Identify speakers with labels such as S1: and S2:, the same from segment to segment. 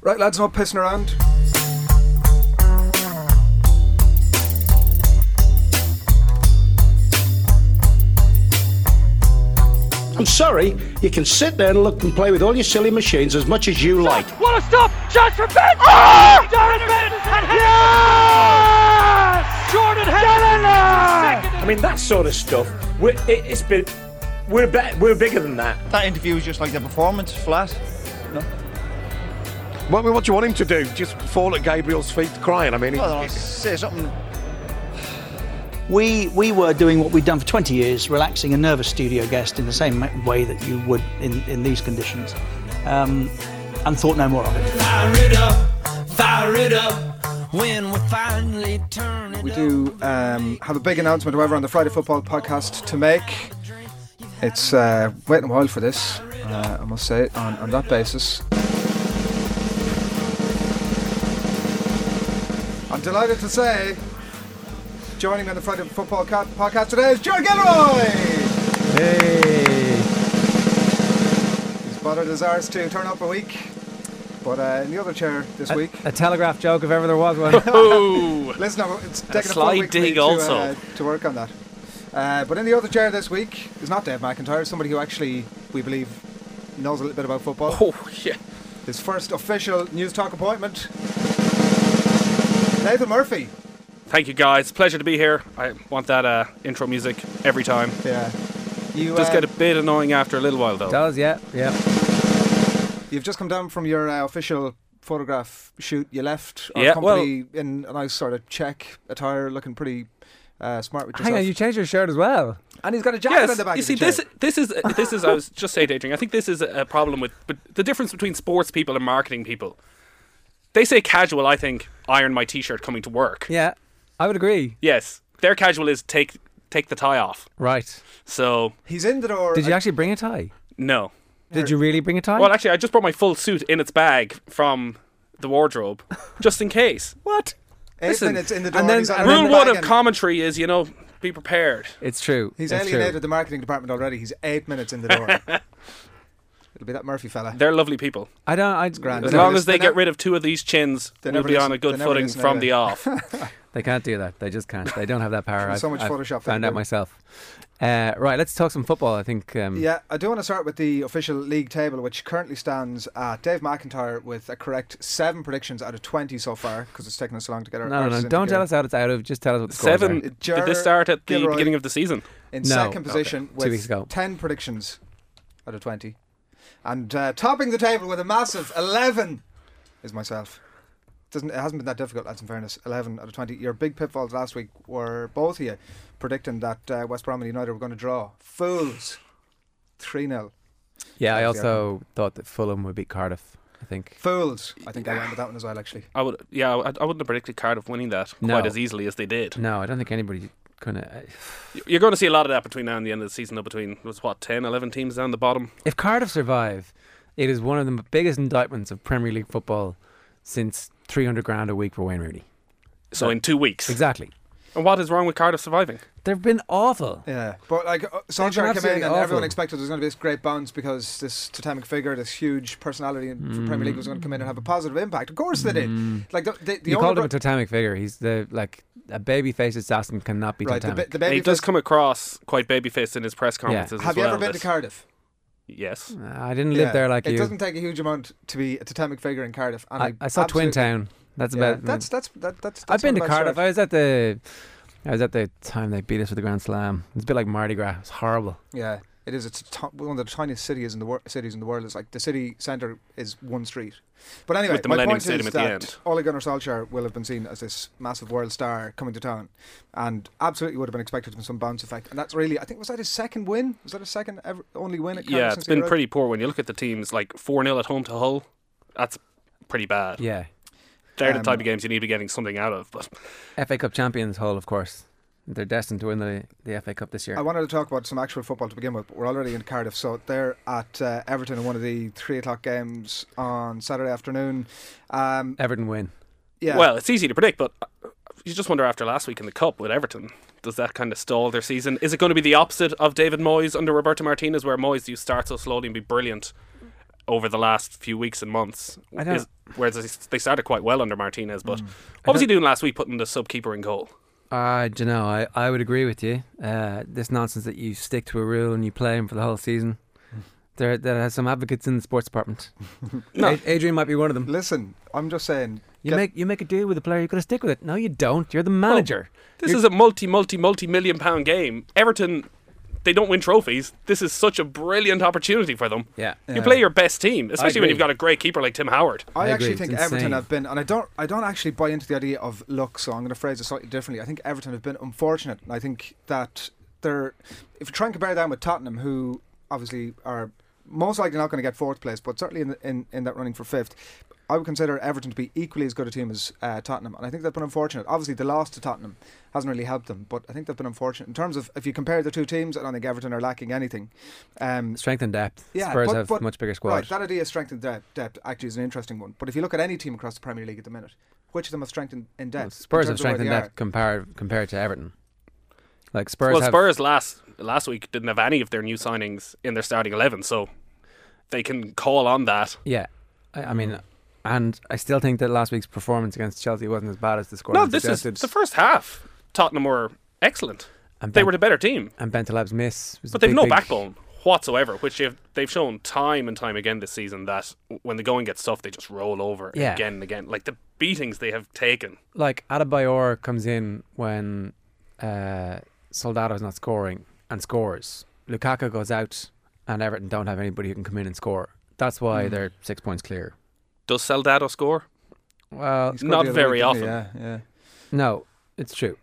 S1: Right, lads, not pissing around.
S2: I'm sorry, you can sit there and look and play with all your silly machines as much as you like.
S3: What a stop! Chance for Ben! Oh! Darren Ben! And yes! Jordan Henderson!
S4: I mean, that sort of stuff. We're, it, it's been, we're be, we're bigger than that.
S5: That interview was just like the performance, flat.
S6: Well, I mean, what do you want him to do? Just fall at Gabriel's feet crying? I mean, he-
S5: Well, I say something.
S7: We we were doing what we'd done for 20 years, relaxing a nervous studio guest in the same ma- way that you would in, in these conditions, um, and thought no more of it.
S8: Fire it up, fire it up. When we finally turn it
S1: We do um, have a big announcement, however, on the Friday Football podcast to make. It's uh, waiting a while for this, uh, I must say, on, on that basis. I'm delighted to say, joining me on the Friday Football Ca- podcast today is Joe Gilroy! Hey! He's bothered his arse to turn up a week, but uh, in the other chair this week.
S9: A telegraph joke if ever there was one.
S1: Listen, I'm- it's taken a, full
S10: sly
S1: week for me
S10: dig
S1: to,
S10: also.
S1: uh, to work on that. Uh, but in the other chair this week is not Dave McIntyre, somebody who actually we believe knows a little bit about football.
S4: Oh, yeah.
S1: His first official news talk appointment. Nathan Murphy.
S10: Thank you guys. Pleasure to be here. I want that uh, intro music every time.
S1: Yeah. You,
S10: Does
S1: uh,
S10: get a bit annoying after a little while though.
S9: Does, yeah, yeah.
S1: you've just come down from your uh, official photograph shoot. You left our
S10: Yeah, well-
S1: company in a nice sort of check attire, looking pretty uh, smart with yourself.
S9: Hang on, you changed your shirt as well.
S1: and he's got a jacket
S10: Yes,
S1: on the back
S10: you
S1: of
S10: see
S1: the chair.
S10: this this is this is I was just saying, dating. I think this is a problem with but the difference between sports people and marketing people. They say casual. I think iron my t-shirt coming to work.
S9: Yeah, I would agree.
S10: Yes, their casual is take take the tie off.
S9: Right.
S10: So
S1: he's in the door.
S9: Did you actually bring a tie?
S10: no.
S9: Did you really bring a tie?
S10: Well, actually, I just brought my full suit in its bag from the wardrobe, just in case.
S9: what?
S1: eight
S10: listen,
S1: minutes in the door.
S9: and then-
S1: he's on
S9: and
S1: the
S10: Rule
S1: bag
S10: one of
S1: and-
S10: commentary is, you know, be prepared.
S9: It's true.
S1: He's
S9: it's
S1: alienated
S9: True.
S1: the marketing department already. He's eight minutes in the door. It'll be that Murphy fella.
S10: They're lovely people.
S9: I don't. I,
S1: grand.
S10: As
S1: They never
S9: No,
S10: long
S1: listen-
S10: as they
S1: they
S10: get
S1: never-
S10: rid of two of these chins,
S1: They
S10: we'll
S1: never
S10: be on
S1: listen-
S10: a
S1: they
S10: good
S1: never eh?
S10: footing
S1: listen
S10: from
S1: anyway.
S10: the off.
S9: they can't do that. They just can't. They don't have that power.
S1: So
S9: I've-
S1: much
S9: I've
S1: Photoshop they
S9: Found
S1: can
S9: out
S1: do.
S9: myself. Uh, right. Let's talk some football. I think. Um,
S1: Yeah, I do want to start with the official league table, which currently stands at Dave McIntyre with a correct seven predictions out of 20 so far, because it's taken us so long to get our
S9: No, no,
S1: arses
S9: no.
S1: in
S9: Don't tell
S1: together.
S9: us out. It's out of. Just tell us what the scores
S10: Seven.
S9: are.
S1: Jar-
S10: Did this start at the
S1: eh? Gilroy.
S10: beginning of the season?
S1: In
S9: No.
S1: second position
S9: Two
S1: with
S9: weeks ago.
S1: 10 predictions out of 20. And uh, topping the table with a massive 11 is myself. Doesn't, it hasn't been that difficult, lads, in fairness. 11 out of 20. Your big pitfalls last week were both of you predicting that uh, West Brom and United were going to draw. Fools. 3 0.
S9: Yeah. I
S1: That's the
S9: also thought that Fulham would beat Cardiff. I think.
S1: Fools. I think I went with that one as well, actually.
S10: I would. Yeah, I, I wouldn't have predicted Cardiff winning that
S9: No.
S10: quite as easily as they did.
S9: No, I don't think anybody uh, kind of.
S10: Y- You're going to see a lot of that between now and the end of the season. Though between it was what 10, 11 teams down the bottom.
S9: If Cardiff survive, it is one of the biggest indictments of Premier League football since 300 grand a week for Wayne Rooney.
S10: So in two weeks.
S9: Exactly.
S10: And what is wrong with Cardiff surviving?
S9: They've been awful.
S1: Yeah, but like uh, Solskjaer came in
S9: absolutely
S1: and
S9: awful.
S1: everyone expected there was going to be this great bounce because this totemic figure, this huge personality in for Premier League was going to come in and have a positive impact. Of course they did. Like the, the, the
S9: Mm. you
S1: only
S9: called him
S1: bro-
S9: a totemic figure. He's the like a baby-faced assassin cannot be
S1: right, the,
S9: totemic.
S1: ba- the
S10: And
S1: baby
S10: he does
S1: face-
S10: come across quite babyfaced in his press conferences.
S1: Have
S10: as
S1: you
S10: well,
S1: ever been
S10: that-
S1: to Cardiff?
S10: Yes.
S9: Uh, I didn't live
S1: Yeah.
S9: there like
S1: it
S9: you.
S1: doesn't take a huge amount to be a totemic figure in Cardiff. And I,
S9: I, I saw Twin
S1: absolutely-
S9: Town. That's
S1: yeah,
S9: about.
S1: that's that's that, that's.
S9: I've
S1: that's
S9: been
S1: not
S9: to
S1: a bad
S9: Cardiff.
S1: start.
S9: I was at the. I was at the time they beat us with the Grand Slam. It's a bit like Mardi Gras. It's horrible.
S1: Yeah, it is. It's t- one of the tiniest cities in the wor- cities in the world. It's like the city centre is one street. But anyway,
S10: With the
S1: my
S10: Millennium
S1: point
S10: Stadium
S1: is
S10: at the
S1: that
S10: end.
S1: Ole Gunnar Solskjaer will have been seen as this massive world star coming to town, and absolutely would have been expected from some bounce effect. And that's really, I think, was that his second win? Was that his second ever only win at Cardiff?
S10: Yeah,
S1: since
S10: it's
S1: he
S10: been
S1: arrived?
S10: pretty poor when you look at the teams like 4 0 at home to Hull. That's pretty bad.
S9: Yeah.
S10: They're
S1: Um,
S10: the type of games you need to be getting something out of. But
S9: FA Cup champions Hull, of course. They're destined to win the, the FA Cup this year.
S1: I wanted to talk about some actual football to begin with, but we're already in Cardiff, so they're at uh, Everton in one of the three o'clock games on Saturday afternoon. Um,
S9: Everton win.
S1: yeah,
S10: well, it's easy to predict. But uh, you just wonder after last week in the cup with Everton, does that kind of stall their season? Is it going to be the opposite of David Moyes under Roberto Martinez, where Moyes you start so slowly and be brilliant? over the last few weeks and months.
S9: I don't- Mm.
S10: Is, whereas they- they started quite well under Martinez, but what was he doing last week putting the sub keeper in goal?
S9: I don't know. I, I would agree with you. Uh, this nonsense that you stick to a rule and you play him for the whole season. There, there are some advocates in the sports department.
S10: No.
S9: A- Adrian might be one of them.
S1: Listen, I'm just saying.
S9: You
S1: get-
S9: make you make a deal with a player. You're going to stick with it. No, you don't.
S1: Oh,
S9: You're the manager.
S10: This is a multi, multi, multi million pound game. Everton, they don't win trophies. This is such a brilliant opportunity for them.
S9: Yeah.
S10: You play your best team, especially when
S9: agree.
S10: you've got a great keeper like Tim Howard.
S1: I,
S9: I agree,
S1: actually
S9: it's
S1: think Everton
S9: insane.
S1: have been, and I don't, I don't actually buy into the idea of luck. So I'm going to phrase it slightly differently. I think Everton have been unfortunate, and I think that they're, if you try and compare them with Tottenham, who obviously are most likely not going to get fourth place, but certainly in the, in, in that running for fifth. I would consider Everton to be equally as good a team as uh, Tottenham, and I think they've been unfortunate. Obviously, the loss to Tottenham hasn't really helped them, but I think they've been unfortunate in terms of if you compare the two teams. I don't think Everton are lacking anything. Um,
S9: Strength and depth.
S1: yeah,
S9: Spurs
S1: but-
S9: have
S1: but-
S9: much bigger
S1: Right,
S9: squad.
S1: that idea of strength and depth, depth actually is an interesting one. But if you look at any team across the Premier League at the minute, which of them have strength and, and depth? in
S9: Spurs have
S1: terms of where
S9: strength and
S1: they
S9: depth
S1: are?
S9: compared compared to Everton. Like Spurs
S10: well,
S9: have
S10: Spurs last last week didn't have any of their new signings in their starting eleven, so they can call on that.
S9: Yeah, I, I mean, and I still think that last week's performance against Chelsea wasn't as bad as the score
S10: No, this
S9: suggested.
S10: is the first half. Tottenham were excellent.
S9: And
S10: They
S9: Ben-
S10: were the better team,
S9: and Bentaleb's miss, was a
S10: but they've
S9: big,
S10: no
S9: big-
S10: backbone whatsoever, which they've they've shown time and time again this season that when the going gets tough, they just roll over
S9: Yeah.
S10: again and again. Like the beatings they have taken.
S9: Like Adebayor comes in when uh, Soldado's not scoring and scores. Lukaku goes out, and Everton don't have anybody who can come in and score. That's why
S10: Hmm.
S9: they're six points clear.
S10: Does Soldado score?
S9: Well,
S1: Scored
S10: Not
S1: the other
S10: very
S1: week,
S10: often.
S1: didn't he? Yeah, yeah.
S9: no, it's true.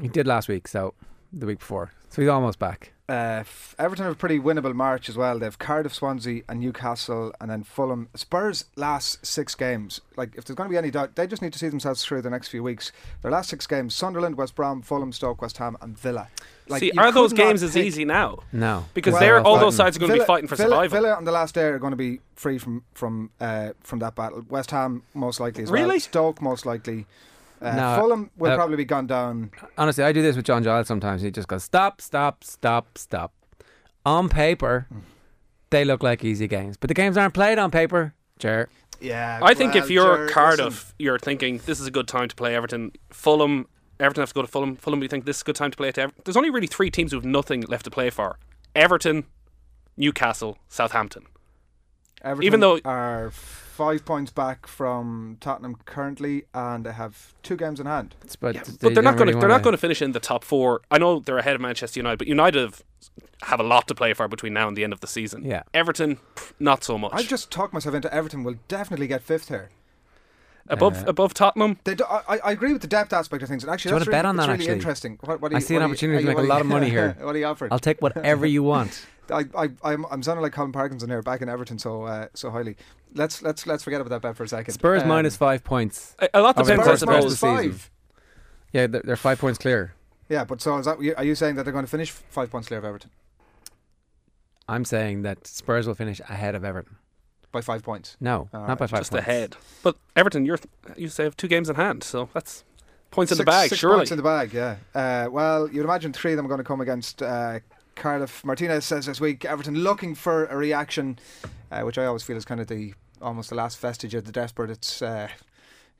S9: He did last week, so the week before, so he's almost back.
S1: Uh, f- Everton have a pretty winnable March as well. They've Cardiff, Swansea, and Newcastle, and then Fulham. Spurs' last six games, like if there's going to be any doubt, they just need to see themselves through the next few weeks. Their last six games: Sunderland, West Brom, Fulham, Stoke, West Ham, and Villa. Like,
S10: See,
S1: you
S10: are those
S1: could not
S10: games as
S1: pick-
S10: easy now?
S9: No,
S10: Because
S9: Well,
S10: they're all those
S9: fighting.
S10: sides are going to be fighting for
S1: Villa,
S10: survival.
S1: Villa on the last day are going to be free from from uh, from that battle. West Ham most likely as well.
S10: Really?
S1: Stoke most likely. Uh,
S9: No,
S1: Fulham will
S9: uh,
S1: probably be gone down.
S9: Honestly, I do this with John Giles sometimes. He just goes, stop, stop, stop, stop. On paper,
S10: Hmm.
S9: they look like easy games, but the games aren't played on paper. Sure.
S1: Yeah,
S10: I think
S1: well,
S10: if you're
S1: sure,
S10: Cardiff,
S1: listen.
S10: you're thinking this is a good time to play Everton. Fulham, Everton have to go to Fulham. Fulham, you think this is a good time to play it to Everton? There's only really three teams who have nothing left to play for: Everton, Newcastle, Southampton.
S1: Everton
S10: even though-
S1: are five points back from Tottenham currently, and they have two games in hand.
S9: It's- But,
S10: But they're not going to
S9: to.
S10: they're not going to finish in the top four. I know they're ahead of Manchester United, but United have, have a lot to play for between now and the end of the season.
S9: Yeah.
S10: Everton, pff, not so much.
S1: I just talked myself into Everton will definitely get fifth here.
S9: uh,
S10: above above Tottenham.
S1: They do, I, I- I agree with the depth aspect of things, and actually,
S9: Do you
S1: that's
S9: wanna bet
S1: really,
S9: on
S1: it's
S9: that,
S1: really
S9: actually?
S1: interesting. What, what do
S9: I
S1: you,
S9: see
S1: what
S9: an
S1: do you-
S9: opportunity to
S1: are you-
S9: make a
S1: what do
S9: lot
S1: you-
S9: of money here.
S1: what are you offering?
S9: I'll take whatever you want.
S1: I, I, I'm, I'm sounding like Colin Parkinson there, back in Everton so uh, so highly. Let's let's let's forget about that bet for a second.
S9: Spurs
S1: Um,
S9: minus five points.
S10: A- A lot
S9: Of
S10: depends, I
S9: course,
S1: Spurs
S9: minus
S10: suppose.
S1: minus
S9: the season.
S1: five.
S9: Yeah, they're, they're five points clear.
S1: Yeah, but so is that are you saying that they're going to finish five points clear of Everton
S9: I'm saying that Spurs will finish ahead of Everton.
S1: by five points?
S9: No,
S1: All
S9: not
S1: right,
S9: by five
S10: just
S9: points.
S10: ahead. But Everton, you're you say have two games in hand, so that's points in the
S1: Six-
S10: bag.
S1: six
S10: surely,
S1: points in the bag. Yeah. Uh, well, you'd imagine three of them are going to come against uh, Cardiff. Martinez says this week Everton looking for a reaction, uh, which I always feel is kind of the almost the last vestige of the desperate. It's uh,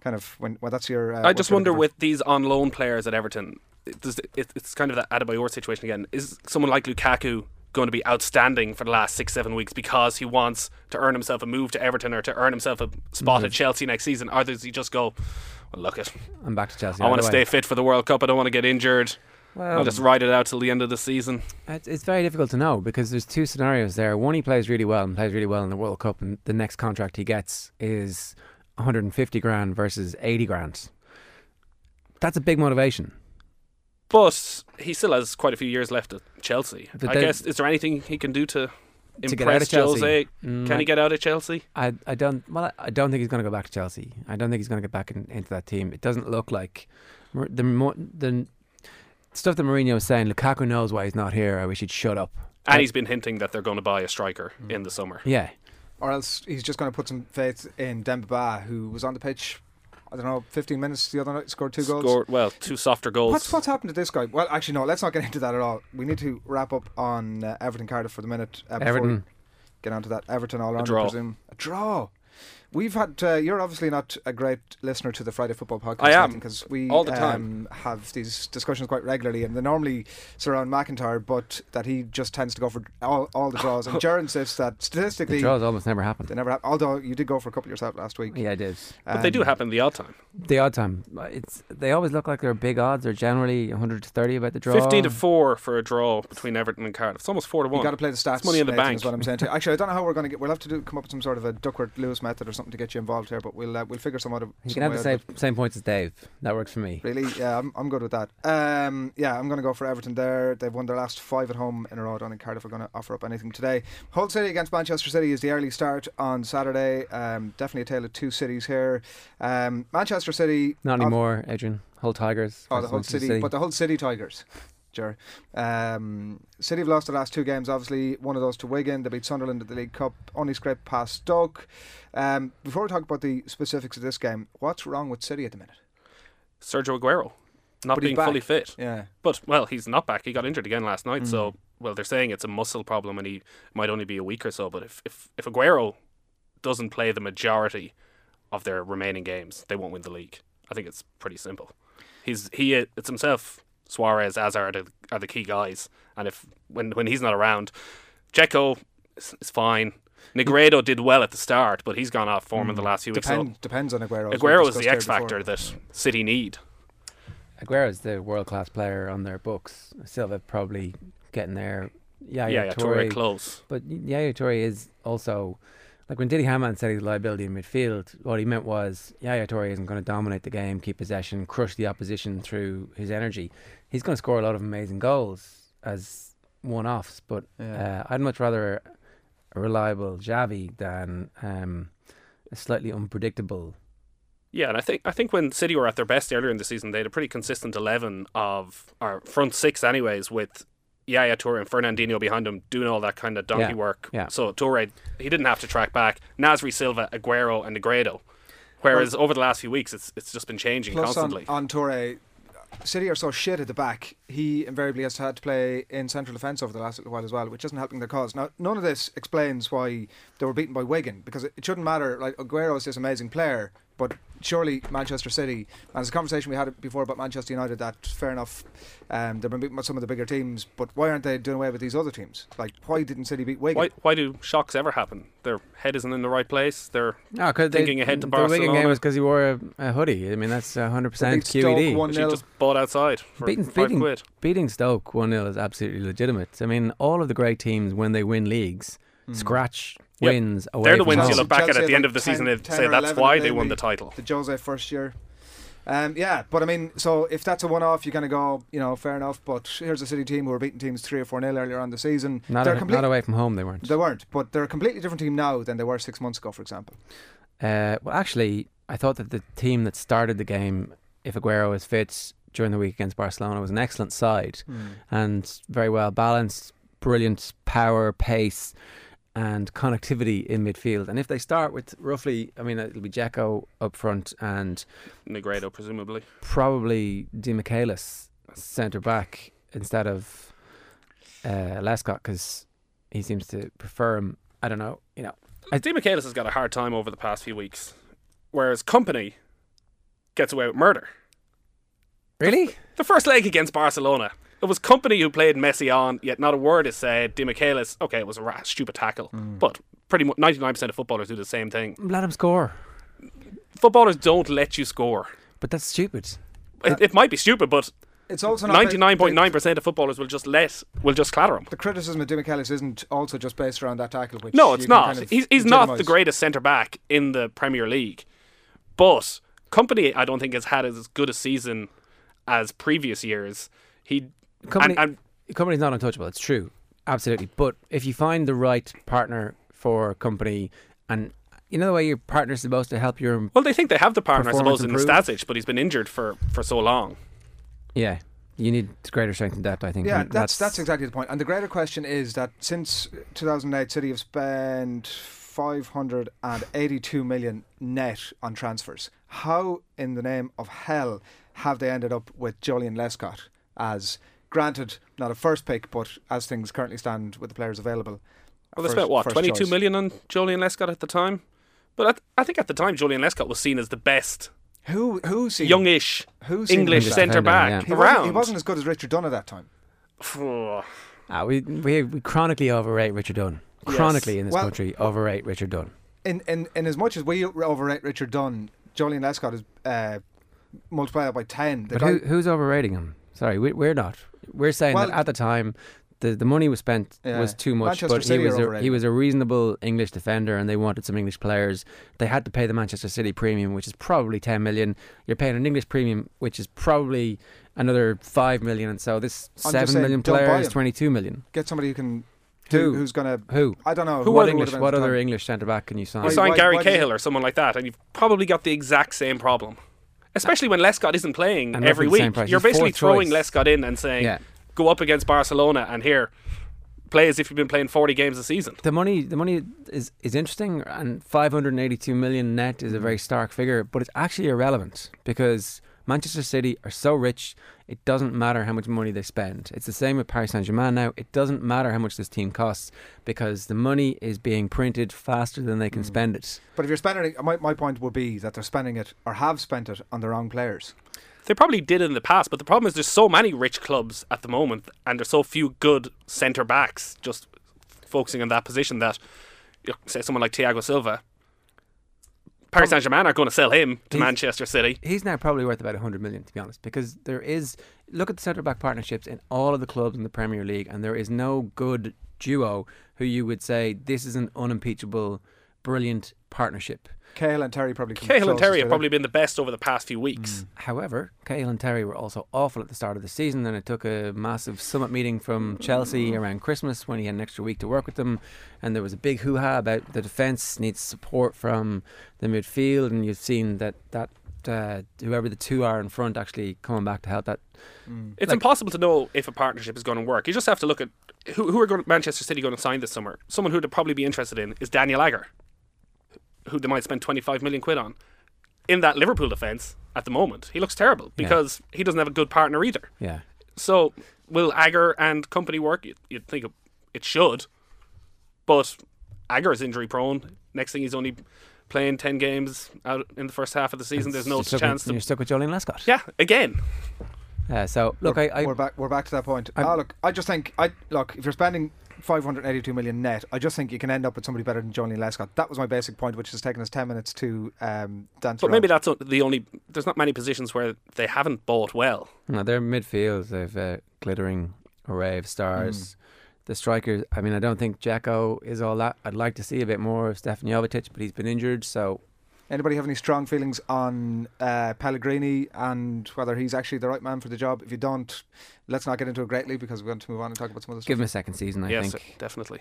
S1: kind of when well that's your. Uh,
S10: I
S1: what
S10: just
S1: you're
S10: wonder
S1: looking for.
S10: with these on loan players at Everton, it, does- it, it's kind of that Adebayor situation again. Is someone like Lukaku going to be outstanding for the last six seven weeks because he wants to earn himself a move to Everton or to earn himself a spot
S9: Mm-hmm.
S10: at Chelsea next season, or does he just go? Well, look it.
S9: I'm back to Chelsea.
S10: I want
S9: either
S10: to
S9: way. Um,
S10: stay fit for the World Cup. I don't want to get injured. I'll
S9: Well,
S10: just ride it out till the end of the season.
S9: It's, it's very difficult to know because there's two scenarios there. One, he plays really well and plays really well in the World Cup, and the next contract he gets is 150 grand versus 80 grand. That's a big motivation.
S10: But he still has quite a few years left at Chelsea.
S9: But
S10: I
S9: they-
S10: guess is there anything he can do to impress
S9: get out of Chelsea?
S10: Jose?
S9: Mm,
S10: Can
S9: I-
S10: he get out of Chelsea?
S9: I, I don't well I don't think he's going to go back to Chelsea. I don't think he's going to get back in, into that team. It doesn't look like Mar- the mo- the stuff that Mourinho was saying. Lukaku knows why he's not here. I Mm-hmm. wish he'd shut up.
S10: And he's been hinting that they're going to buy a striker in the summer.
S9: Yeah,
S1: or else he's just going to put some faith in Demba Ba, who was on the pitch. I don't know, 15 minutes the other night, scored two goals.
S10: Scored, well, two softer goals.
S1: What's what's happened to this guy? Well, actually, no. Let's not get into that at all. We need to wrap up on uh, Everton Cardiff for the minute. Uh, before
S9: Everton
S1: get onto that. Everton all round, I
S10: draw.
S1: presume. A draw. We've had. Uh, you're obviously not a great listener to the Friday Football Podcast.
S10: I am.
S1: because we
S10: All the
S1: um,
S10: time.
S1: have these discussions quite regularly, and they normally surround McIntyre, but that he just tends to go for all, all the draws. And Jaron says that
S9: The
S1: statistically,
S9: draws almost never
S1: they
S9: happen.
S1: never happen. Although you did go for a couple yourself last week.
S9: Yeah, I did.
S10: But they
S1: Um,
S10: do happen the odd time.
S9: The odd time. It's they always look like they're big odds. They're generally 100 to 30 about the draw.
S10: 15 to 4 for a draw between Everton and Cardiff. It's almost 4 to 1.
S1: You got to play the stats.
S10: It's money in the
S1: Nathan,
S10: bank.
S1: Is what I'm saying. To you. Actually, I don't know how we're going to get. We'll have to do, come up with some sort of a Duckworth Lewis method or something to get you involved here. But we'll uh, we'll figure some out. of-
S9: You
S1: some
S9: can have
S1: way
S9: the
S1: out of
S9: same, same points as Dave. That works for me.
S1: it. Really? Yeah, I'm, I'm good with that. Um, yeah, I'm going to go for Everton there. They've won their last five at home in a row. I don't think Cardiff are going to offer up anything today. Hull City against Manchester City is the early start on Saturday. Um, definitely a tale of two cities here. Um, Manchester City.
S9: Not
S1: ob-
S9: anymore, Adrian. Hull Tigers.
S1: Oh, the
S9: versus
S1: whole
S9: Manchester
S1: city, but the whole city Tigers. Sure. Um, city have lost the last two games. Obviously, one of those to Wigan. They beat Sunderland at the League Cup. Only scraped past Stoke. Um, before we talk about the specifics of this game, what's wrong with City at the minute?
S10: Sergio Aguero not
S1: But he's
S10: being
S1: back.
S10: fully fit.
S1: Yeah.
S10: But, well, he's not back. He got injured again last night. So,
S1: Mm-hmm.
S10: well, they're saying it's a muscle problem and he might only be a week or so. But if, if, if Aguero doesn't play the majority of their remaining games, they won't win the league. I think it's pretty simple. He's he It's himself, Suarez, Azar are the, are the key guys. And if when, when he's not around, Checo is, is fine. Negredo did well at the start, but he's gone off form in the last few weeks. So
S1: Mm, Depend, depends on Aguero. as we
S10: Aguero
S1: discussed
S10: is the
S1: here
S10: X factor
S1: before.
S10: that City need.
S9: Aguero's the world class player on their books. Silva probably getting there. Yeah,
S10: yeah, yeah, Torre
S9: Torre.
S10: close.
S9: But Yaya Torre is also like when Diddy Hamann said he's a liability in midfield. What he meant was Yaya Torre isn't going to dominate the game, keep possession, crush the opposition through his energy. He's going to score a lot of amazing goals as one-offs. But
S1: Yeah.
S9: uh, I'd much rather a reliable Xavi than um, a slightly unpredictable.
S10: Yeah, and I think I think when City were at their best earlier in the season, they had a pretty consistent eleven of our front six, anyways, with Yaya Toure and Fernandinho behind him doing all that kind of donkey
S9: Yeah,
S10: work.
S9: yeah.
S10: So Toure, he didn't have to track back. Nasri Silva, Aguero, and Negredo. Whereas over the last few weeks, it's it's just been changing
S1: Plus, on,
S10: constantly.
S1: on Torre, City are so shit at the back. He invariably has had to play in central defence over the last little while as well, which isn't helping their cause. Now, none of this explains why they were beaten by Wigan because it, it shouldn't matter. Like Aguero is this amazing player, but surely Manchester City. And it's a conversation we had before about Manchester United. That fair enough, um, they've been beaten by some of the bigger teams, but why aren't they doing away with these other teams? Like, why didn't City beat Wigan?
S10: why why do shocks ever happen? Their head isn't in the right place. They're
S9: No, because
S10: Ah, Thinking ahead to
S9: the Wigan game
S10: Barcelona.
S9: was because he wore a, a hoodie. I mean, that's 100%
S1: They beat Stoke
S9: QED.
S1: 1-0.
S10: just bought outside for
S9: Beating,
S10: five
S9: beating,
S10: quid.
S9: beating Stoke 1 0 is absolutely legitimate. I mean, all of the great teams, when they win leagues, scratch
S10: Hmm. Yep.
S9: wins away.
S10: They're the
S9: from
S10: wins you
S9: home.
S10: look back at
S1: Chelsea
S10: at the
S1: had
S10: end of the
S1: like
S10: season
S1: 10
S10: and
S1: 10
S10: say
S1: or
S10: that's
S1: 11
S10: why
S1: in
S10: they won
S1: the-
S10: the title.
S1: the Jose first year. Um, yeah, but I mean, so if that's a one-off, you're going to go, you know, fair enough. But here's a City team who were beating teams three or four nil earlier on the season.
S9: Not,
S1: they're
S9: a-
S1: complete-
S9: not away from home, they weren't.
S1: They weren't, but they're a completely different team now than they were six months ago, for example.
S9: Uh, well, actually, I thought that the team that started the game, if Aguero was fit during the week against Barcelona, was an excellent side
S10: Hmm.
S9: and very well balanced, brilliant power, pace, and connectivity in midfield. And if they start with roughly, I mean, it'll be Jacko up front and
S10: Negredo, presumably.
S9: probably Di Michaelis centre back instead of uh, Lescott because he seems to prefer him. I don't know. You know,
S10: I think Michaelis has got a hard time over the past few weeks, whereas Company gets away with murder.
S9: really?
S10: The first leg against Barcelona, it was Company who played Messi on, yet not a word is said. Di Michaelis, okay, it was a ra- stupid tackle, but pretty much 99% of footballers do the same thing.
S9: Let him score,
S10: Footballers don't let you score.
S9: but that's stupid.
S10: It, it might be stupid, but
S1: It's also not
S10: 99.9% of footballers will just let, will just clatter him.
S1: The criticism of Dimichelis isn't also just based around that tackle. Which
S10: No, it's
S1: you can
S10: not.
S1: kind of
S10: he's he's not the
S1: legitimise.
S10: greatest centre back in the Premier League, but company I don't think has had as good a season as previous years. He
S9: Company,
S10: and, and
S9: company's not untouchable. It's true, absolutely. But if you find the right partner for company, and you know the way your partner's supposed to help your
S10: well, they think they have the partner, I
S9: Performance
S10: suppose, in
S9: improved.
S10: Nastasic, but he's been injured for for so long.
S9: yeah, you need greater strength and depth. I think.
S1: Yeah,
S9: and
S1: that's that's exactly the point. And the greater question is that since 2008, City have spent 582 million net on transfers. How in the name of hell have they ended up with Julian Lescott as, granted, not a first pick, but as things currently stand with the players available,
S10: Well, they
S1: First-
S10: spent what
S1: first
S10: twenty-two
S1: choice.
S10: million on Julian Lescott at the time, but at, I think at the time Julian Lescott was seen as the best
S1: Who who's he?
S10: youngish
S1: Who's seen
S10: English
S1: him?
S10: centre back
S1: He
S10: around.
S1: Wasn't, he wasn't as good as Richard Dunn at that time.
S10: Phew.
S9: Ah, we, we we chronically overrate Richard Dunn. Chronically in this
S1: Well-
S9: country, overrate Richard Dunn.
S1: In in in as much as we overrate Richard Dunn, Julian Lescott is uh, multiplied that by ten. The
S9: But
S1: guy-
S9: who, who's overrating him? Sorry, we, we're not. We're saying
S1: Well-
S9: that at the time, the, the money was spent
S1: Yeah.
S9: was too much.
S1: Manchester
S9: but
S1: City
S9: he
S1: are
S9: was a,
S1: overrated.
S9: he was a reasonable English defender, and they wanted some English players. They had to pay the Manchester City premium, which is probably ten million. You're paying an English premium, which is probably another five million, and so this
S1: I'm just
S9: seven
S1: saying,
S9: million
S1: don't buy
S9: player is
S1: him.
S9: twenty-two million.
S1: get somebody who can who,
S9: Who?
S1: who's gonna
S9: Who?
S1: I don't know
S10: Who
S9: what
S10: other
S9: English? What other English centre back can you sign?
S10: You
S1: Why-
S10: sign
S1: why-
S10: Gary
S1: why does it-
S10: Cahill or someone like that, and you've probably got the exact same problem. Especially when Lescott isn't playing
S9: And
S10: every
S9: roughly the
S10: week.
S9: same price.
S10: You're
S9: He's fourth
S10: basically throwing
S9: choice.
S10: Lescott in and saying,
S9: Yeah.
S10: go up against Barcelona and here, play as if you've been playing 40 games a season.
S9: the money the money is is interesting and 582 million net is a very stark figure but it's actually irrelevant because Manchester City are so rich it doesn't matter how much money they spend it's the same with Paris Saint-Germain now it doesn't matter how much this team costs because the money is being printed faster than they can spend it
S1: But if you're spending, it, my my point would be that they're spending it or have spent it on the wrong players.
S10: They probably did in the past, but the problem is there's so many rich clubs at the moment and there's so few good centre backs just focusing on that position that, you know, say, someone like Thiago Silva, Paris Saint Germain are going to sell him to
S9: He's-
S10: Manchester City.
S9: he's now probably worth about 100 million to be honest because there is look at the centre back partnerships in all of the clubs in the Premier League and there is no good duo who you would say this is an unimpeachable brilliant partnership
S1: Cahill and Terry probably. come
S10: Cahill and
S1: closest
S10: Terry
S1: to
S10: have
S1: that.
S10: probably been the best over the past few weeks.
S9: Mm. However, Cahill and Terry were also awful at the start of the season, and it took a massive summit meeting from Chelsea around Christmas when he had an extra week to work with them. And there was a big hoo ha about the defence needs support from the midfield, and you've seen that that uh, whoever the two are in front actually coming back to help that.
S10: It's
S9: Like-
S10: impossible to know if a partnership is going to work. You just have to look at who, who are going, Manchester City going to sign this summer. Someone who they'd probably be interested in is Daniel Agger, who they might spend 25 million quid on. In that Liverpool defence at the moment, he looks terrible because he doesn't have a good partner either.
S9: Yeah.
S10: So, will Agger and company work? You'd, you'd think it- it should, but Agger is injury prone. Next thing, he's only playing 10 games out in the first half of the season. There's no
S9: You're stuck
S10: chance
S9: with, You're
S10: to.
S9: stuck with Julian Lescott.
S10: Yeah, again.
S9: Uh, so, look, I. I
S1: we're back. We're back to that point.
S9: I'm-
S1: Ah, look, I just think I look if you're spending 582 million net, I just think you can end up with somebody better than Johnny Lescott. That was my basic point, which has taken us 10 minutes to um, dance.
S10: But maybe that's o- the only. There's not many positions where they haven't bought well.
S9: No, their midfield, they've a glittering array of
S1: Mm.
S9: stars. The strikers, I mean, I don't think Jacko is all that. I'd like to see a bit more of Stefan Jovetic, but he's been injured, so
S1: anybody have any strong feelings on uh, Pellegrini and whether he's actually the right man for the job? If you don't, let's not get into it greatly because we want to move on and talk about some other
S9: give
S1: stuff.
S9: him a second season, I
S10: yes,
S9: think.
S10: definitely.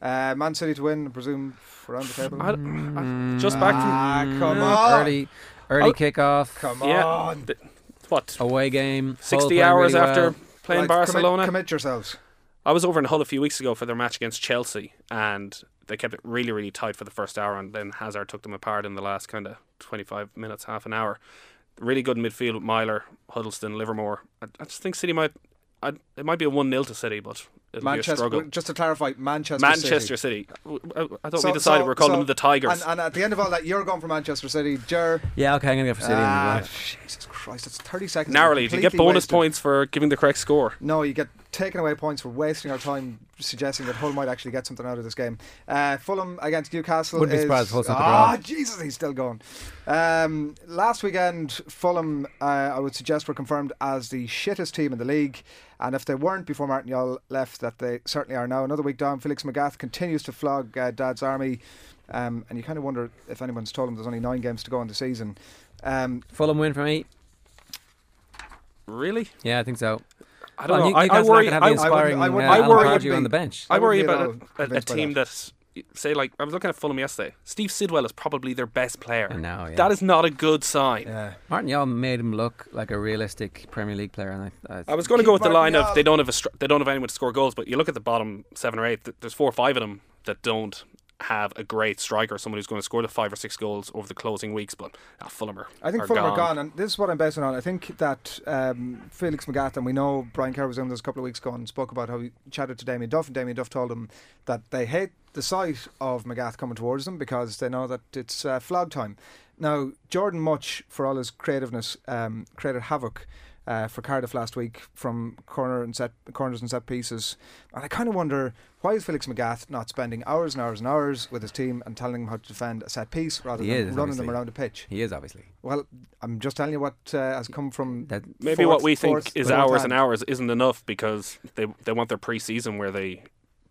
S1: Uh, Man City to win, I presume, around the table.
S10: I, I, Mm. just back from Oh.
S1: ah, come on,
S9: Mm. Early, early kickoff,
S1: come
S10: yeah.
S1: on.
S10: th- what?
S1: Oh,
S9: away game. Hull
S10: 60
S9: playing
S10: hours
S9: really
S10: after
S9: well.
S10: playing
S1: Lads,
S10: Barcelona.
S1: commit, commit yourselves.
S10: I was over in Hull a few weeks ago for their match against Chelsea, and they kept it really, really tight for the first hour, and then Hazard took them apart in the last kind of 25 minutes, half an hour. Really good midfield with Myler, Huddleston, Livermore. I, I just think City might. I, it might be a one 0 to City, but it'll be a
S1: Manchester.
S10: struggle.
S1: well, Just to clarify, Manchester.
S10: Manchester
S1: City.
S10: City. W- w- I, thought
S1: So-
S10: we decided
S1: so-
S10: we're calling
S1: so-
S10: them the Tigers.
S1: And, and at the end of all that, you're going for Manchester City. Jer.
S9: Yeah, okay, I'm going to go for City. in the
S1: Ah,
S9: end.
S1: Jesus Christ, that's 30 seconds.
S10: narrowly. Do you get
S1: Completely
S10: bonus
S1: wasted.
S10: points for giving the correct score?
S1: No, you get taken away points for wasting our time suggesting that Hull might actually get something out of this game. Uh, Fulham against Newcastle
S9: Wouldn't be
S1: is
S9: surprised if Hull's not the
S1: ah
S9: draw.
S1: Jesus, he's still going. Um, last weekend, Fulham, uh, I would suggest, were confirmed as the shittest team in the league. And if they weren't before Martin Yall left, that they certainly are now. Another week down, Felix McGath continues to flog uh, Dad's Army. Um, and you kind of wonder if anyone's told him there's only nine games to go in the season. Um,
S9: Fulham win for me.
S10: Really?
S9: Yeah, I think so.
S10: I don't
S9: Well,
S10: know. I,
S9: Newcastle
S10: I
S9: aren't
S10: worry.
S9: gonna have the
S10: I,
S1: wouldn't- I
S9: inspiring,
S1: wouldn't-
S9: uh,
S10: I
S9: Alan
S10: worry
S9: Pardew
S10: it'd
S9: on
S1: be-
S9: the bench.
S10: I worry
S1: wouldn't be at
S10: about
S1: all
S10: a, a, a
S1: convinced by
S10: team
S1: that.
S10: that's say like I was looking at Fulham yesterday. Steve Sidwell is probably their best player.
S9: I know, yeah.
S10: That is not a good sign.
S1: yeah.
S9: Martin Yall made him look like a realistic Premier League player, and I,
S10: I was going to go with the
S1: Keep
S10: line
S1: Martial.
S10: of they don't have a str- they don't have anyone to score goals, but you look at the bottom seven or eight. th- There's four or five of them that don't, have a great striker, someone who's going to score the five or six goals over the closing weeks. But uh, Fulham are,
S1: I think
S10: are
S1: Fulham
S10: gone.
S1: are gone, and this is what I'm basing on. I think that um, Felix McGath, and we know Brian Kerr was on this a couple of weeks ago and spoke about how he chatted to Damien Duff, and Damien Duff told him that they hate the sight of McGath coming towards them because they know that it's uh, flog time. Now, Jordan Much, for all his creativeness, um, created havoc. Uh, for Cardiff last week from corner and set corners and set pieces, and I kind of wonder why is Felix McGath not spending hours and hours and hours with his team and telling them how to defend a set piece rather
S9: He
S1: than
S9: is,
S1: running them
S9: obviously.
S1: around the pitch.
S9: He is obviously.
S1: Well, I'm just telling you what uh, has come from
S9: That-
S10: Maybe
S1: fourth-
S10: what we think
S1: fourth-
S10: is
S1: fourth
S10: hours and
S1: hand.
S10: hours isn't enough because they they want their pre-season where they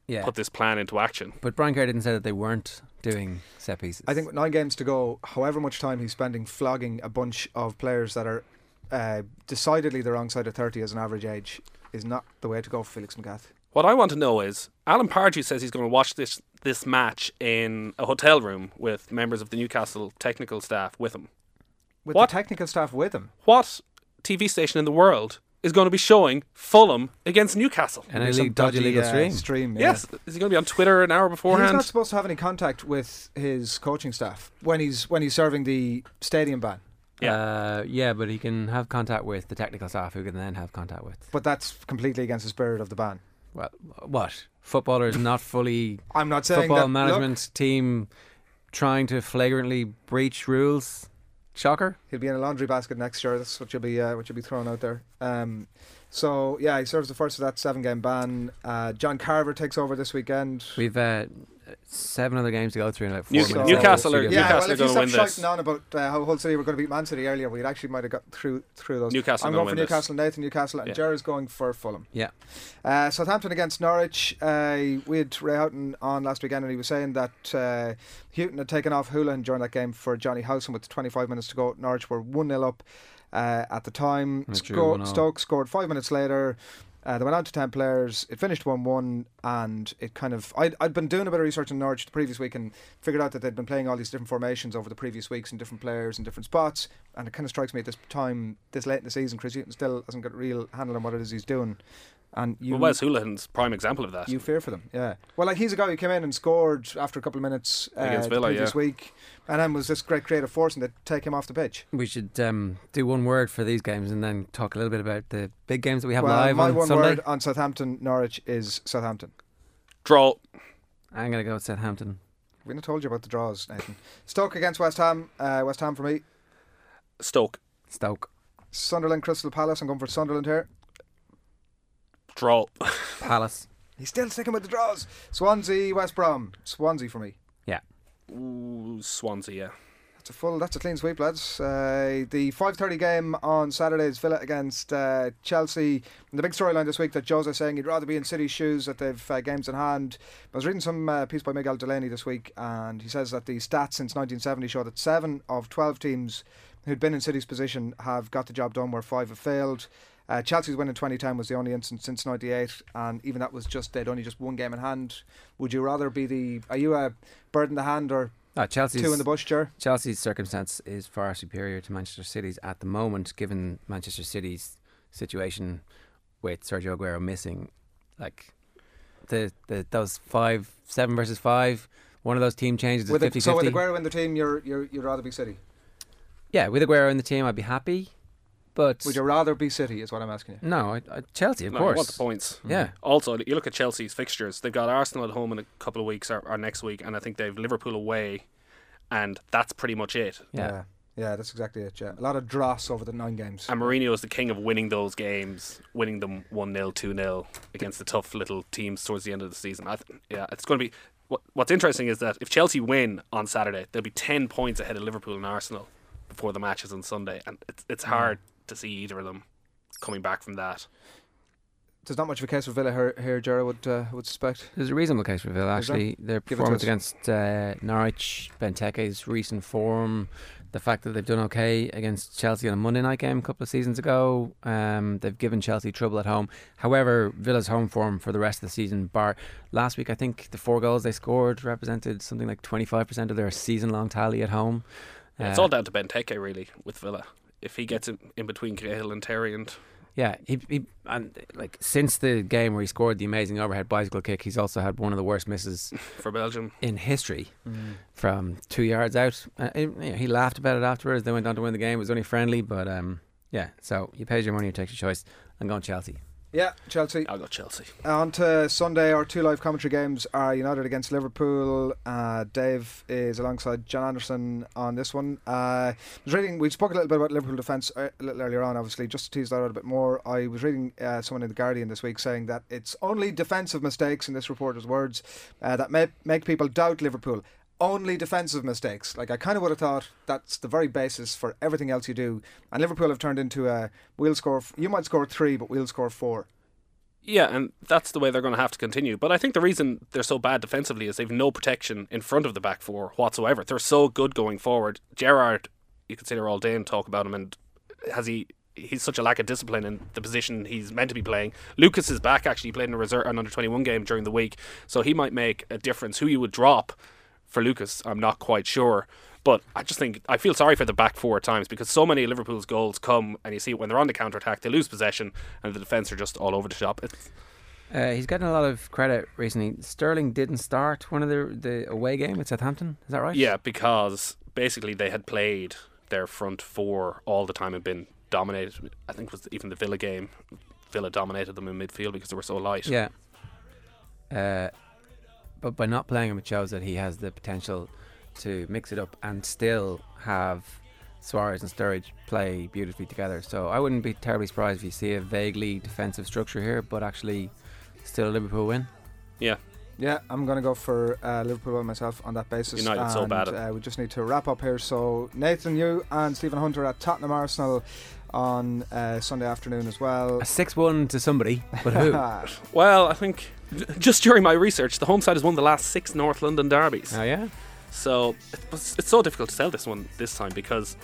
S9: Yeah.
S10: put this plan into action.
S9: But Brian Kerr didn't say that they weren't doing set pieces.
S1: I think with nine games to go, however much time he's spending flogging a bunch of players that are uh, decidedly the wrong side of 30 as an average age is not the way to go for Felix McGath.
S10: What I want to know is Alan Pardew says he's going to watch this this match in a hotel room with members of the Newcastle technical staff with him.
S1: With
S10: What?
S1: the technical staff with him.
S10: What TV station in the world is going to be showing Fulham against Newcastle?
S9: and a
S1: There's some
S9: league, dodgy legal
S1: uh,
S9: stream.
S1: yeah.
S10: Yes, is he going to be on Twitter an hour
S1: He's
S10: beforehand?
S1: not supposed to have any contact with his coaching staff when he's when he's serving the stadium ban.
S10: Yeah.
S9: Uh, yeah, but he can have contact with the technical staff, who can then have contact with
S1: But that's completely against the spirit of the ban.
S9: well, what footballers not fully
S1: I'm not saying
S9: football
S1: that,
S9: management
S1: Look,
S9: team trying to flagrantly breach rules. Shocker.
S1: He'll be in a laundry basket next year. That's what you'll be uh, what you'll be throwing out there. Um, so yeah, he serves the first of that seven game ban. Uh, John Carver takes over this weekend.
S9: We've uh, seven other games to go through in about four
S10: New-
S9: minutes.
S1: So-
S9: left in the
S10: Newcastle are-
S9: studio.
S1: yeah,
S10: Newcastle
S1: well,
S10: are
S1: if you
S10: gonna
S1: stopped
S10: win this.
S1: shouting on about uh, how Hull City were going to beat Man City earlier, we'd actually might have got through through those.
S10: Newcastle
S1: I'm
S10: are
S1: going for
S10: gonna win this.
S1: Newcastle. Nathan Newcastle, and
S10: Yeah.
S1: Jared's going for Fulham.
S9: yeah.
S1: Uh, Southampton against Norwich. Uh, we had Ray Houghton on last weekend, and he was saying that uh, Houghton had taken off Houlihan during that game for Johnny Howson with 25 minutes to go. Norwich were 1 0 up uh, at the time.
S9: And it drew
S1: Sco-
S9: 1-0.
S1: Stoke scored five minutes later. Uh, they went out to 10 players. It finished 1 1, and it kind of. I'd, I'd been doing a bit of research on Norwich the previous week and figured out that they'd been playing all these different formations over the previous weeks and different players and different spots. And it kind of strikes me at this time, this late in the season, Chris Houghton still hasn't got a real handle on what it is he's doing. And you,
S10: well, Wes Houlihan's prime example of that.
S1: you fear for them, yeah. Well, like he's a guy who came in and scored after a couple of minutes uh,
S10: Against
S1: the
S10: Villa,
S1: previous
S10: yeah.
S1: week, and then was this great creative force, and they take him off the pitch.
S9: We should um, do one word for these games and then talk a little bit about the big games that we have
S1: well,
S9: live
S1: my
S9: on
S1: one
S9: Sunday.
S1: word on Southampton Norwich is Southampton.
S10: Draw.
S9: I'm going to go with Southampton.
S1: We not told you about the draws, Nathan. Stoke against West Ham. Uh, West Ham for me.
S10: Stoke.
S9: Stoke.
S1: Sunderland Crystal Palace. I'm going for Sunderland here.
S10: Draw.
S9: Palace.
S1: He's still sticking with the draws. Swansea West Brom. Swansea for me.
S9: Yeah.
S10: Ooh, Swansea, yeah.
S1: That's a full. That's a clean sweep, lads. Uh, the five thirty game on Saturday is Villa against uh, Chelsea. And the big storyline this week that Jose saying he'd rather be in City's shoes that they've uh, games in hand. I was reading some uh, piece by Miguel Delaney this week, and he says that the stats since 1970 show that seven of twelve teams who'd been in City's position have got the job done where five have failed. Uh, Chelsea's win in 2010 was the only instance since 98, and even that was just they'd only just one game in hand. Would you rather be the? Are you a bird in the hand or
S9: Ah, Chelsea's,
S1: two in the bush, Jer?
S9: Chelsea's circumstance is far superior to Manchester City's at the moment, given Manchester City's situation with Sergio Aguero missing. Like, the, the those five, seven versus five, one of those team changes is
S1: With
S9: 50
S1: the, so with Aguero in the team, you're, you're you'd rather be City.
S9: Yeah, with Aguero in the team, I'd be happy. But
S1: Would you rather be City? Is what I'm asking you.
S9: no, I, I, Chelsea, of
S10: No, I
S9: course. Mm.
S10: want the Mm. points.
S9: Yeah.
S10: Also, you look at Chelsea's fixtures. They've got Arsenal at home in a couple of weeks or, or next week, and I think they've Liverpool away, and that's pretty much it.
S9: Yeah.
S1: yeah, Yeah, that's exactly it. Yeah, a lot of dross over the nine games.
S10: And
S9: Um,
S10: Mourinho is the king of winning those games, winning them 1 0, 2 0 against the tough little teams towards the end of the season. I th- yeah, it's going to be. What, what's interesting is that if Chelsea win on Saturday, they'll be 10 points ahead of Liverpool and Arsenal before the matches on Sunday, and it's, it's hard to see either of them coming back from that.
S1: There's not much of a case for Villa here, here Gerard would uh, would suspect.
S9: There's a reasonable case for Villa,
S1: Is there?
S9: actually. Their
S1: Give it to
S9: performance
S1: us.
S9: against uh, Norwich, Benteke's recent form, the fact that they've done okay against Chelsea on a Monday night game a couple of seasons ago. Um, they've given Chelsea trouble at home. However, Villa's home form for the rest of the season, bar last week, I think the four goals they scored represented something like 25% of their season long tally at home.
S10: Yeah, it's
S9: Uh,
S10: all down to Benteke really with Villa. If he gets in, in between Cahill and Terry and
S9: Yeah, he, he and like since the game where he scored the amazing overhead bicycle kick, he's also had one of the worst misses
S10: for Belgium.
S9: in history from two yards out. Uh, he- you know, he laughed about it afterwards. They went on to win the game. It was only friendly, but um, yeah. So you pays your money, you take your choice. I'm going Chelsea.
S1: Yeah, Chelsea.
S10: I'll go Chelsea.
S1: On to Sunday, our two live commentary games are United against Liverpool. Uh, Dave is alongside John Anderson on this one. Uh, I was reading, we spoke a little bit about Liverpool defence uh, a little earlier on, obviously. Just to tease that out a bit more, I was reading uh, someone in The Guardian this week saying that it's only defensive mistakes, in this reporter's words, uh, that may, make people doubt Liverpool. Only defensive mistakes. Like, I kind of would have thought that's the very basis for everything else you do. And Liverpool have turned into a we'll score, f- you might score three, but we'll score four.
S10: Yeah, and that's the way they're going to have to continue. But I think the reason they're so bad defensively is they've no protection in front of the back four whatsoever. They're so good going forward. Gerard, you consider all day and talk about him, and has he? He's such a lack of discipline in the position he's meant to be playing. Lucas is back actually he played in a reserve an under twenty one game during the week, so he might make a difference. Who you would drop for Lucas, I'm not quite sure. But I just think I feel sorry for the back four at times because so many of Liverpool's goals come and you see it when they're on the counter attack, they lose possession and the defence are just all over the shop. It's,
S9: Uh, he's gotten a lot of credit recently. Sterling didn't start one of the the away game at Southampton. Is that right?
S10: Yeah, because basically they had played their front four all the time and been dominated. I think it was even the Villa game. Villa dominated them in midfield because they were so light.
S9: Yeah. Uh, but by not playing him, it shows that he has the potential to mix it up and still have Suarez and Sturridge play beautifully together. So I wouldn't be terribly surprised if you see a vaguely defensive structure here, but actually still a Liverpool win.
S1: Yeah, I'm going to go for uh, Liverpool myself on that basis.
S10: United so
S1: And,
S10: bad at-
S1: Uh, we just need to wrap up here. So Nathan, you and Stephen Hunter at Tottenham Arsenal on uh, Sunday afternoon as well.
S9: A 6 1 to somebody, but who? oh,
S10: Well, I think just during my research, the home side has won the last six North London derbies.
S9: yeah?
S10: So it was- it's so difficult to sell this one this time because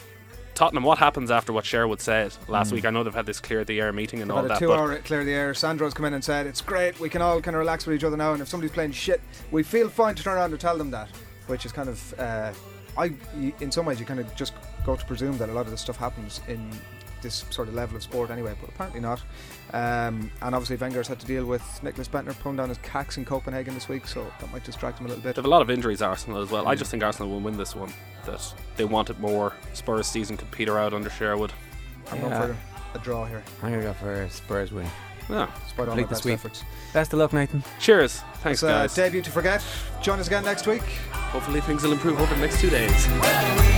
S10: Tottenham. What happens after what Sherwood said last week? I know they've had this clear the air meeting and all
S1: About a
S10: that,
S1: two
S10: but
S1: hour clear the air. Sandro's come in and said, It's great, we can all kind of relax with each other now. And if somebody's playing shit, we feel fine to turn around and tell them that. Which is kind of, uh, I, y- in some ways, you kind of just go to presume that a lot of this stuff happens in this sort of level of sport anyway, but apparently not. Um, and obviously, Wenger's had to deal with Nicholas Bentner pulling down his cax in Copenhagen this week, so that might distract him a little bit.
S10: they've a lot of injuries. Arsenal as well. I just think Arsenal will win this one. That they wanted more. Spurs season could peter out under Sherwood.
S1: I'm going
S9: Yeah.
S1: for a draw here,
S9: I'm going to go for a Spurs win.
S10: Yeah.
S1: despite all my
S9: Complete the
S1: best
S9: sweep.
S1: efforts.
S9: Best of luck, Nathan.
S10: Ah, Cheers.
S1: It's
S10: Thanks,
S1: a
S10: guys.
S1: debut to forget. Join us again next week.
S10: Hopefully things will improve over the next two days.
S8: Well, we